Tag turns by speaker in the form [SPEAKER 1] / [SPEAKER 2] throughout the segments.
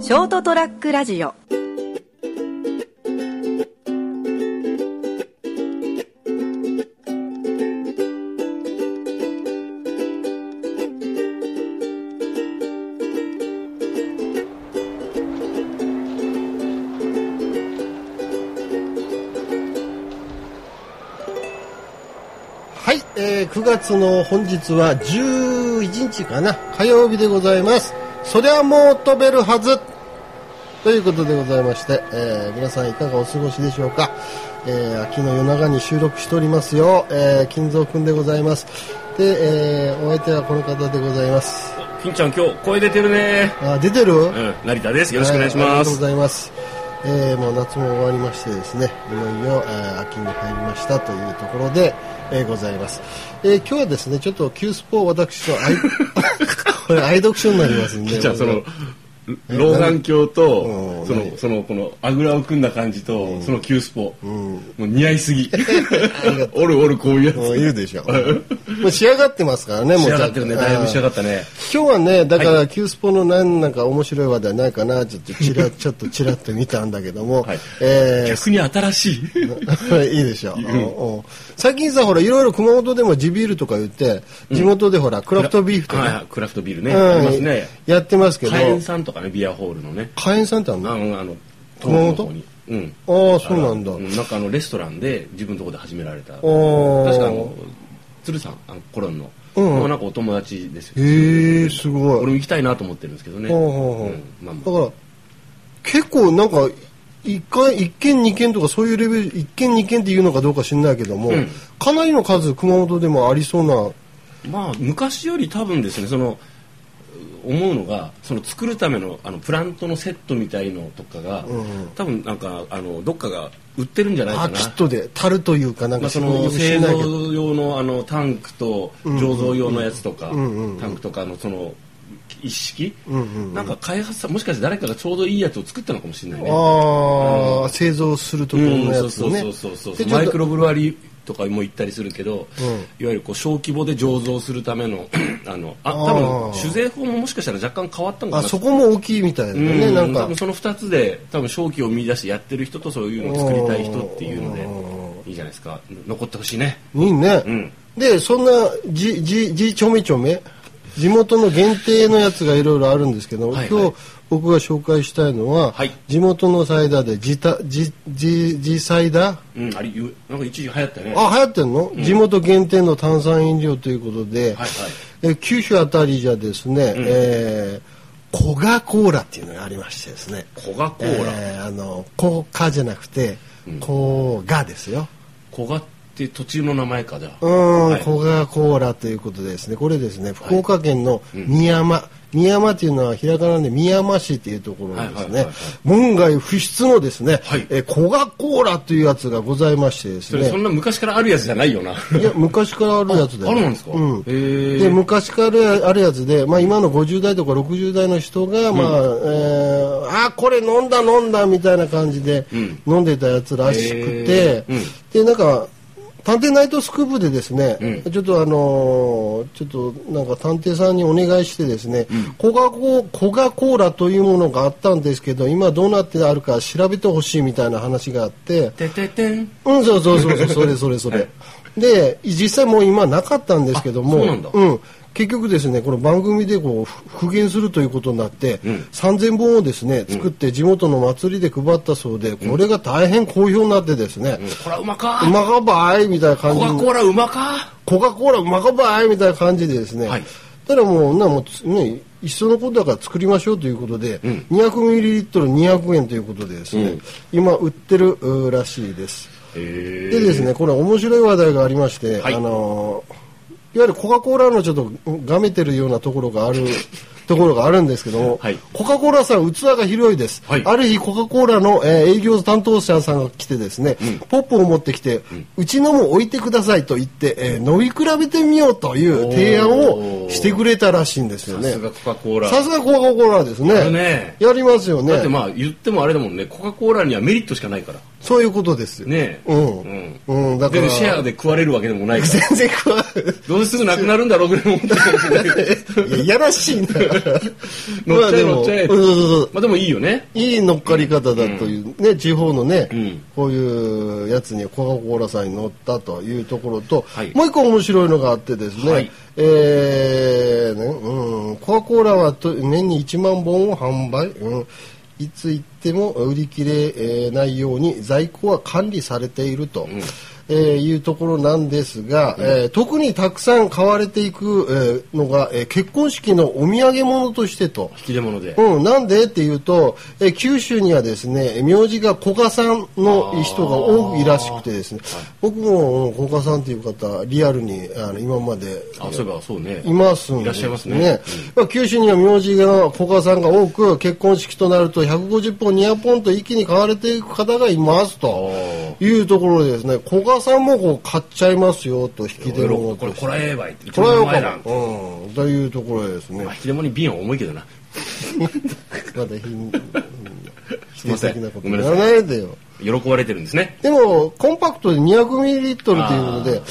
[SPEAKER 1] ショートトラックラジオ
[SPEAKER 2] はい、えー9月の本日は11日かな、火曜日でございます。そりゃもう飛べるはずということでございまして、えー皆さんいかがお過ごしでしょうか、えー秋の夜長に収録しておりますよ、えー金蔵くんでございます。で、えーお相手はこの方でございます。
[SPEAKER 3] 金ちゃん今日声出てるね
[SPEAKER 2] あ、出てるよ
[SPEAKER 3] うん成田ですよろしくお願いしま
[SPEAKER 2] ありがとうご
[SPEAKER 3] す、
[SPEAKER 2] ざいます。えーもう夏も終わりましてですね、いよいよ、えー秋に入りましたというところで、えーございます。えー今日はですね、ちょっと Q スポを私と 愛、これ愛読書になりますんで。
[SPEAKER 3] 金ちゃんその老眼鏡とそのそのこのあぐらを組んだ感じとその急スポもう似合いす ぎおるおるこういうやつ
[SPEAKER 2] もういるでしょ。もう仕上がってますからね、もう
[SPEAKER 3] 仕上がってるねだいぶ仕上がったね
[SPEAKER 2] 今日はね、だから、キュースポの何なんか面白い話題ないかな、ちょっとちら、ちょっとちらっと見たんだけども、
[SPEAKER 3] はい
[SPEAKER 2] えー
[SPEAKER 3] 逆に新し い
[SPEAKER 2] いいでしょう、うんうん最近さほらいろいろ熊本でも地ビールとか言って地元でほらクラフトビーフと
[SPEAKER 3] はい
[SPEAKER 2] か
[SPEAKER 3] はい、クラフトビール
[SPEAKER 2] う
[SPEAKER 3] ね、あります
[SPEAKER 2] ん
[SPEAKER 3] ね
[SPEAKER 2] やってますけど
[SPEAKER 3] カエンさんとかねビアホールのね
[SPEAKER 2] 火炎さんってあんの
[SPEAKER 3] あ
[SPEAKER 2] あ
[SPEAKER 3] のあの
[SPEAKER 2] 熊本
[SPEAKER 3] 東部の方にうん
[SPEAKER 2] あーそうなんだ
[SPEAKER 3] うなんかあのレストランで自分のところで始められた確
[SPEAKER 2] ー
[SPEAKER 3] かあの鶴さんあのコロンの、
[SPEAKER 2] うん
[SPEAKER 3] なんかお友達ですよ
[SPEAKER 2] へえすご
[SPEAKER 3] 俺
[SPEAKER 2] い
[SPEAKER 3] も行きたいなと思ってるんですけどね
[SPEAKER 2] ほうほうほう
[SPEAKER 3] うんまあ
[SPEAKER 2] だ
[SPEAKER 3] まあ
[SPEAKER 2] から結構なんか一回一軒二軒とかそういうレベル一軒二軒っていうのかどうか知んないけども、
[SPEAKER 3] うん
[SPEAKER 2] かなりの数熊本でもありそうな
[SPEAKER 3] まあ昔より多分ですねそのう思うのがその作るためのあのプラントのセットみたいのとかが、
[SPEAKER 2] ん
[SPEAKER 3] 多分なんかあのどっかが売ってるんじゃないか
[SPEAKER 2] あ
[SPEAKER 3] な
[SPEAKER 2] キットで樽というかなんか
[SPEAKER 3] まあ、そ
[SPEAKER 2] よ
[SPEAKER 3] の
[SPEAKER 2] く知
[SPEAKER 3] 製
[SPEAKER 2] んないけど
[SPEAKER 3] 造用のあのタンクと醸造用のやつとか、
[SPEAKER 2] んうんうん
[SPEAKER 3] タンクとかのその一式、
[SPEAKER 2] うんうんうん
[SPEAKER 3] なんか開発さもしかして誰かがちょうどいいやつを作ったのかもしれないね。
[SPEAKER 2] ああ、製造するとき
[SPEAKER 3] うん
[SPEAKER 2] の
[SPEAKER 3] そ
[SPEAKER 2] や
[SPEAKER 3] う
[SPEAKER 2] つ
[SPEAKER 3] そう
[SPEAKER 2] ね
[SPEAKER 3] そうそうそう
[SPEAKER 2] でちょっと
[SPEAKER 3] マイクロブルワリーとかも行ったりするけど、
[SPEAKER 2] うん
[SPEAKER 3] いわゆるこう小規模で醸造するための あのあ
[SPEAKER 2] あー
[SPEAKER 3] 多分酒税法ももしかしたら若干変わったのか
[SPEAKER 2] あ
[SPEAKER 3] な
[SPEAKER 2] そこも大きいみたいだ
[SPEAKER 3] う
[SPEAKER 2] ね、
[SPEAKER 3] ん
[SPEAKER 2] なん
[SPEAKER 3] 多
[SPEAKER 2] か
[SPEAKER 3] 分その2つで多分正気を見出してやってる人とそういうのを作りたい人っていうのでいいじゃないですか残ってほしいね
[SPEAKER 2] いいね、
[SPEAKER 3] うん
[SPEAKER 2] でそんなじじじちょめちょめ地元の限定のやつがいろいろあるんですけど、
[SPEAKER 3] はいはい
[SPEAKER 2] 今日僕が紹介したいのは、
[SPEAKER 3] はい
[SPEAKER 2] 地元のサイダーで地た地地地サイダー
[SPEAKER 3] うん、あれ言うなんか一時流行ったね
[SPEAKER 2] あ流行ってんの、地元限定の炭酸飲料ということで、
[SPEAKER 3] はい
[SPEAKER 2] え九州あたりじゃですね、えーコガ・コーラっていうのがありましてですね
[SPEAKER 3] コガコーラ、
[SPEAKER 2] えーあの「コカ」じゃなくて「コガ」ですよ。
[SPEAKER 3] コガって土地の名前かじゃあ
[SPEAKER 2] うー
[SPEAKER 3] は
[SPEAKER 2] ん、
[SPEAKER 3] い
[SPEAKER 2] コガ・コーラということでですね、これですね、福岡県の宮山、宮山というのはひらがなで宮山市というところのです
[SPEAKER 3] はいはいはい
[SPEAKER 2] ね
[SPEAKER 3] はい、
[SPEAKER 2] 門外不出のですね、
[SPEAKER 3] はい
[SPEAKER 2] えーコガ・コーラというやつがございましてです
[SPEAKER 3] それそ
[SPEAKER 2] ね、
[SPEAKER 3] んな昔からあるやつじゃないよな
[SPEAKER 2] いや、昔からあるやつだよ。
[SPEAKER 3] あるんですか
[SPEAKER 2] うん。
[SPEAKER 3] へー
[SPEAKER 2] で、昔からあるやつで、まあ今の50代とか60代の人が、まあ、えーあー、これ飲んだ飲んだみたいな感じで、
[SPEAKER 3] ん
[SPEAKER 2] 飲んでたやつらしくて
[SPEAKER 3] へ、ーう
[SPEAKER 2] で、
[SPEAKER 3] ん
[SPEAKER 2] なんか、探偵ナイトスクープでですね、
[SPEAKER 3] うん
[SPEAKER 2] ちょっとあのーちょっとなんか探偵さんにお願いしてですね、コカココカ・コーラというものがあったんですけど、今どうなってあるか調べてほしいみたいな話があって、
[SPEAKER 3] てててん
[SPEAKER 2] うん、そうそうそうそう、それそれそれ。で、実際もう今なかったんですけども、
[SPEAKER 3] あそうなんだ
[SPEAKER 2] 結局ですね、この番組でこうふ復元するということになって、
[SPEAKER 3] うん
[SPEAKER 2] 3000本をですね、作って地元の祭りで配ったそうで、これが大変好評になってですね、
[SPEAKER 3] こらうまか
[SPEAKER 2] うまかばーいみたいな感
[SPEAKER 3] コ
[SPEAKER 2] じ
[SPEAKER 3] ガコ
[SPEAKER 2] に、
[SPEAKER 3] ーラうまか
[SPEAKER 2] コカ・コーラうまかばーいみたいな感じでですね、
[SPEAKER 3] はい
[SPEAKER 2] たらもう、なもうつね、一層のことだから作りましょうということで、
[SPEAKER 3] ん
[SPEAKER 2] 200ml200 円ということでですね、
[SPEAKER 3] うん
[SPEAKER 2] 今売ってるうーらしいです。
[SPEAKER 3] へ
[SPEAKER 2] で
[SPEAKER 3] え
[SPEAKER 2] ですね、これ面白い話題がありまして、
[SPEAKER 3] はい
[SPEAKER 2] あのいわゆるコカ・コーラのちょっとがめてるようなところがあ るところがあるんですけども、
[SPEAKER 3] はい
[SPEAKER 2] コカ・コーラさん器が広いです、
[SPEAKER 3] はい
[SPEAKER 2] ある日コカ・コーラの、えー営業担当者さんが来てですね、ポップを持ってきて、うちのも置いてくださいと言って、えー飲み比べてみようという提案をしてくれたらしいんですよ
[SPEAKER 3] さ
[SPEAKER 2] ね
[SPEAKER 3] すがコカコーラ
[SPEAKER 2] さすがコカ・コーラです
[SPEAKER 3] だ
[SPEAKER 2] ね
[SPEAKER 3] ね
[SPEAKER 2] やりますよね
[SPEAKER 3] だってまあ言ってもあれだもんねコカ・コーラにはメリットしかないから
[SPEAKER 2] そういうことですよ
[SPEAKER 3] ねえ
[SPEAKER 2] うん、うんだから
[SPEAKER 3] 全然シェアで食われるわけでもないから
[SPEAKER 2] 全然食わない
[SPEAKER 3] どうせすぐなくなるんだろうぐらい思ってたかもしれないけど
[SPEAKER 2] いやいやらしいんだよ
[SPEAKER 3] 乗っちゃえ乗っちゃえ
[SPEAKER 2] まあでもうんそうそうそう
[SPEAKER 3] まあでもいいよね
[SPEAKER 2] いい乗っかり方だという、ね、地方のね、
[SPEAKER 3] ん
[SPEAKER 2] こういうやつにコカ・コーラさんに乗ったというところと、
[SPEAKER 3] はい
[SPEAKER 2] もう一個面白いのがあってですね、
[SPEAKER 3] はい
[SPEAKER 2] えーねうん、コカ・コーラはと年に1万本を販売、うん、いつ行っても売り切れえーないように在庫は管理されていると。えーいうところなんですが、えー特にたくさん買われていく、えーのが、えー結婚式のお土産物としてと
[SPEAKER 3] 引き出物で
[SPEAKER 2] うん、なんでっていうと、え九州にはですね、名字が古賀さんの人が多くいらしくてですね、僕もうん古賀さんという方、リアルにあの今まで
[SPEAKER 3] あそういえばそうね
[SPEAKER 2] いますんで
[SPEAKER 3] いらっしゃいますね
[SPEAKER 2] まあ九州には名字が古賀さんが多く、結婚式となると150本、200本と一気に買われていく方がいますというところでですね、古賀さんもこう買っちゃいますよと引き
[SPEAKER 3] これ
[SPEAKER 2] 出物
[SPEAKER 3] これ
[SPEAKER 2] として。
[SPEAKER 3] こらえばいって
[SPEAKER 2] これはよ
[SPEAKER 3] うちの名前な
[SPEAKER 2] か
[SPEAKER 3] んて
[SPEAKER 2] も。うん、というところでですね
[SPEAKER 3] まあ、引き出物に瓶は重いけどな
[SPEAKER 2] まだひん否
[SPEAKER 3] いま
[SPEAKER 2] 定
[SPEAKER 3] せん
[SPEAKER 2] 的なこと
[SPEAKER 3] ごめん
[SPEAKER 2] 言
[SPEAKER 3] なさ
[SPEAKER 2] わ
[SPEAKER 3] い
[SPEAKER 2] ないでよ。
[SPEAKER 3] 喜ばれてるんですね
[SPEAKER 2] でも、コンパクトで200ミリリットルというので、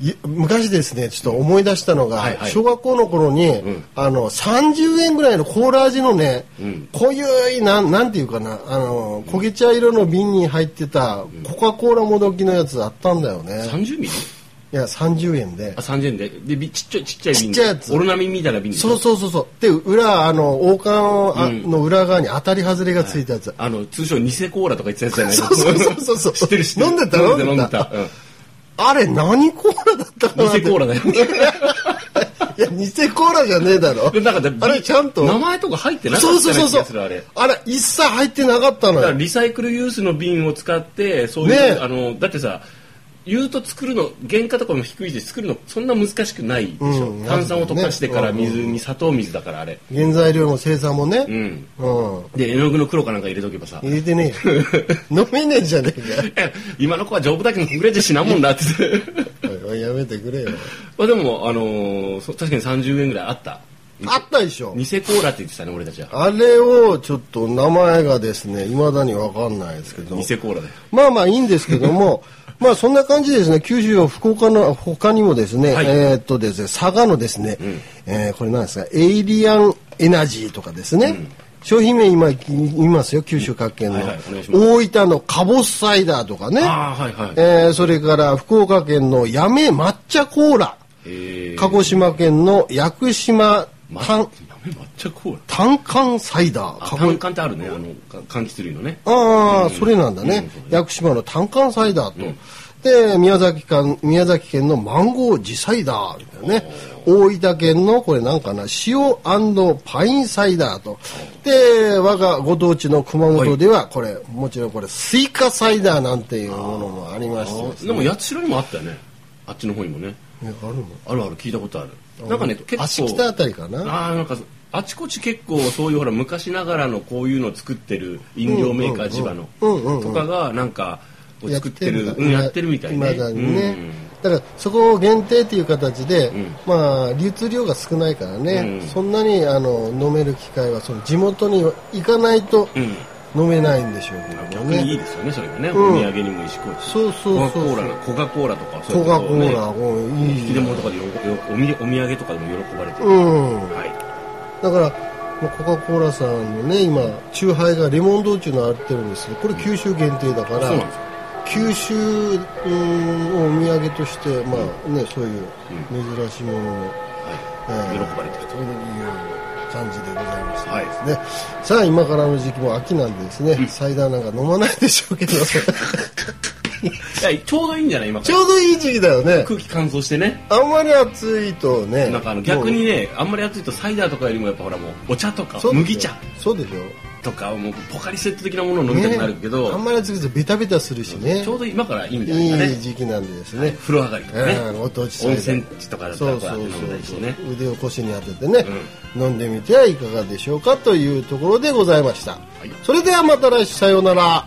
[SPEAKER 2] い昔ですね、ちょっと思い出したのが、
[SPEAKER 3] はいはい
[SPEAKER 2] 小学校の頃に、あの、30円ぐらいのコーラ味のね、こういう、なん、なんていうかな、あの、焦げ茶色の瓶に入ってた、コカ・コーラもどきのやつあったんだよね。
[SPEAKER 3] 30ミリ
[SPEAKER 2] いや、30円で
[SPEAKER 3] あ。30円ででびちっちゃいちっちゃい瓶で
[SPEAKER 2] ちっちゃいやつ
[SPEAKER 3] オルナミンみたいな瓶で
[SPEAKER 2] そうそうそうそう。で、裏、あの、王冠の裏側に当たり外れがついたやつ。
[SPEAKER 3] あの通称ニコーラとか言ってたやつじゃない
[SPEAKER 2] そうそうそうそう
[SPEAKER 3] 知ってる知ってる
[SPEAKER 2] 飲んでた
[SPEAKER 3] 飲んでた
[SPEAKER 2] 飲
[SPEAKER 3] 飲
[SPEAKER 2] ん
[SPEAKER 3] ん
[SPEAKER 2] で
[SPEAKER 3] で
[SPEAKER 2] た
[SPEAKER 3] た、うん
[SPEAKER 2] あれ、何コーラだったかなって
[SPEAKER 3] ニセコーラだよね
[SPEAKER 2] いや、偽コーラじゃねえだろ。
[SPEAKER 3] でなんか
[SPEAKER 2] あれ、ちゃんと。
[SPEAKER 3] 名前とか入ってなかった
[SPEAKER 2] そ
[SPEAKER 3] よ
[SPEAKER 2] う
[SPEAKER 3] う
[SPEAKER 2] そう
[SPEAKER 3] な
[SPEAKER 2] そう
[SPEAKER 3] 気
[SPEAKER 2] そ
[SPEAKER 3] がする
[SPEAKER 2] う。
[SPEAKER 3] あれ
[SPEAKER 2] あれ、一切入ってなかったの
[SPEAKER 3] だから
[SPEAKER 2] よ。
[SPEAKER 3] リサイクルユースの瓶を使ってそういう、
[SPEAKER 2] ねえ
[SPEAKER 3] あのだってさ言うと作るの原価とかも低いし作るのそんな難しくないでしょ、
[SPEAKER 2] うん
[SPEAKER 3] 炭酸を溶かしてから
[SPEAKER 2] ね
[SPEAKER 3] 水に砂糖水だからあれ
[SPEAKER 2] 原材料の生産もね。
[SPEAKER 3] うん
[SPEAKER 2] うん。
[SPEAKER 3] で絵の具の黒かなんか入れとけばさ
[SPEAKER 2] 入れてねえ よ。飲めねえじゃねえ
[SPEAKER 3] え今の子は丈夫だけどぐれて死なもんだって言って
[SPEAKER 2] かよ。おいやめてくれよ。
[SPEAKER 3] まあでも、あのーそ確かに30円ぐらいあった
[SPEAKER 2] あったでしょ
[SPEAKER 3] ニ。セコーラって言ってたね俺たちは
[SPEAKER 2] あれを、ちょっと名前がですね、未だにわかんないですけど。
[SPEAKER 3] ニセコーラだよ
[SPEAKER 2] まあまあいいんですけど も、まあそんな感じですね、九州、福岡の他にもですね、
[SPEAKER 3] はい
[SPEAKER 2] えーっとですね、佐賀のですね、えーこれなんですか、エイリアンエナジーとかですね、商品名今言いますよ、九州各県の。
[SPEAKER 3] はいはいお願いしま
[SPEAKER 2] 大分のカボスサイダーとかね、
[SPEAKER 3] ああはいはい
[SPEAKER 2] えーそれから福岡県のやめ抹茶コーラ、
[SPEAKER 3] え
[SPEAKER 2] 鹿児島県の屋久島
[SPEAKER 3] まや
[SPEAKER 2] 炭
[SPEAKER 3] め抹茶コーラ
[SPEAKER 2] 炭缶サイダー。
[SPEAKER 3] あ
[SPEAKER 2] 鹿児
[SPEAKER 3] 単管ってあるねあのか柑橘類のね
[SPEAKER 2] ああ、それなんだね
[SPEAKER 3] うん。
[SPEAKER 2] 屋久島の単管サイダーと。で、宮崎県、宮崎県のマンゴー地サイダーみたいなね。大分県の、これなんかな、塩パインサイダーと。で、我がご当地の熊本では、これ、もちろんこれ、スイカサイダーなんていうものもありましてです
[SPEAKER 3] で
[SPEAKER 2] ね。
[SPEAKER 3] も八代にもあったよねあっちの方にもね
[SPEAKER 2] ねあるの
[SPEAKER 3] あるある聞いたことあるなんかね結構
[SPEAKER 2] 足北あたりかな。
[SPEAKER 3] あーなんかあちこち結構そういうほら昔ながらのこういうのを作ってる飲料メーカー千葉の
[SPEAKER 2] うんうんうん
[SPEAKER 3] とかがなんかこう作ってる
[SPEAKER 2] やっ
[SPEAKER 3] や
[SPEAKER 2] て
[SPEAKER 3] っ,、
[SPEAKER 2] ん
[SPEAKER 3] う
[SPEAKER 2] だ
[SPEAKER 3] ん、やってるみたいね
[SPEAKER 2] 未だにね、
[SPEAKER 3] うん
[SPEAKER 2] だからそこを限定っていう形で、まあ流通量が少ないからね、
[SPEAKER 3] うん
[SPEAKER 2] そんなにあの飲める機会はその地元に行かないと
[SPEAKER 3] うん
[SPEAKER 2] 飲めないんでしょうけど
[SPEAKER 3] 逆
[SPEAKER 2] ね、
[SPEAKER 3] にいいですよねそれがね、
[SPEAKER 2] ん
[SPEAKER 3] お土産にもいいしこう
[SPEAKER 2] そうそうそう
[SPEAKER 3] コカ・コーラコカ・コーラとかそう
[SPEAKER 2] コ
[SPEAKER 3] いう
[SPEAKER 2] カ・
[SPEAKER 3] の
[SPEAKER 2] コ
[SPEAKER 3] を
[SPEAKER 2] ー
[SPEAKER 3] ね
[SPEAKER 2] ラうんい
[SPEAKER 3] 引き
[SPEAKER 2] い
[SPEAKER 3] 出物とかでよよおみお土産とかでも喜ばれてる、
[SPEAKER 2] うん
[SPEAKER 3] はい
[SPEAKER 2] だからまあコカ・コーラさんのね今チューハイがレモン道中のあってるんですけどこれ九州限定だから、
[SPEAKER 3] そうなんですよ
[SPEAKER 2] 九州うんお土産としてまあね、そういう珍しいものを、
[SPEAKER 3] はい、
[SPEAKER 2] えー
[SPEAKER 3] 喜ばれてると
[SPEAKER 2] という感じでございました、
[SPEAKER 3] はい
[SPEAKER 2] ね、さあ今からの時期も秋なんでですね、サイダーなんか飲まないでしょうけど
[SPEAKER 3] いやちょうどいいんじゃない今か
[SPEAKER 2] ち
[SPEAKER 3] ら
[SPEAKER 2] ょうどいい時期だよね
[SPEAKER 3] 空気乾燥してね
[SPEAKER 2] あんまり暑いとね
[SPEAKER 3] なんかあの逆に
[SPEAKER 2] も
[SPEAKER 3] ねあんまり熱いとサイダーとかよりもやっぱほらもうお茶とか
[SPEAKER 2] うそうでしょ
[SPEAKER 3] 麦茶
[SPEAKER 2] そうでしょ
[SPEAKER 3] とかもうポカリセット的なものを飲みたくなるけ
[SPEAKER 2] ねあ
[SPEAKER 3] ど、
[SPEAKER 2] んまり暑いとベタベタするしね
[SPEAKER 3] ちょうど今からいいんじゃないか
[SPEAKER 2] いい
[SPEAKER 3] ね
[SPEAKER 2] 時期なんでですね、
[SPEAKER 3] 風呂上がりとかね、
[SPEAKER 2] うんご当地サイダー
[SPEAKER 3] 温泉地とかだった
[SPEAKER 2] そ
[SPEAKER 3] ら
[SPEAKER 2] う
[SPEAKER 3] こう
[SPEAKER 2] そ
[SPEAKER 3] やって
[SPEAKER 2] う
[SPEAKER 3] 飲んだりし
[SPEAKER 2] そ
[SPEAKER 3] て
[SPEAKER 2] う、
[SPEAKER 3] ね
[SPEAKER 2] 腕を腰に当ててね、飲んでみてはいかがでしょうかというところでございました、
[SPEAKER 3] い
[SPEAKER 2] それではまた来週さようなら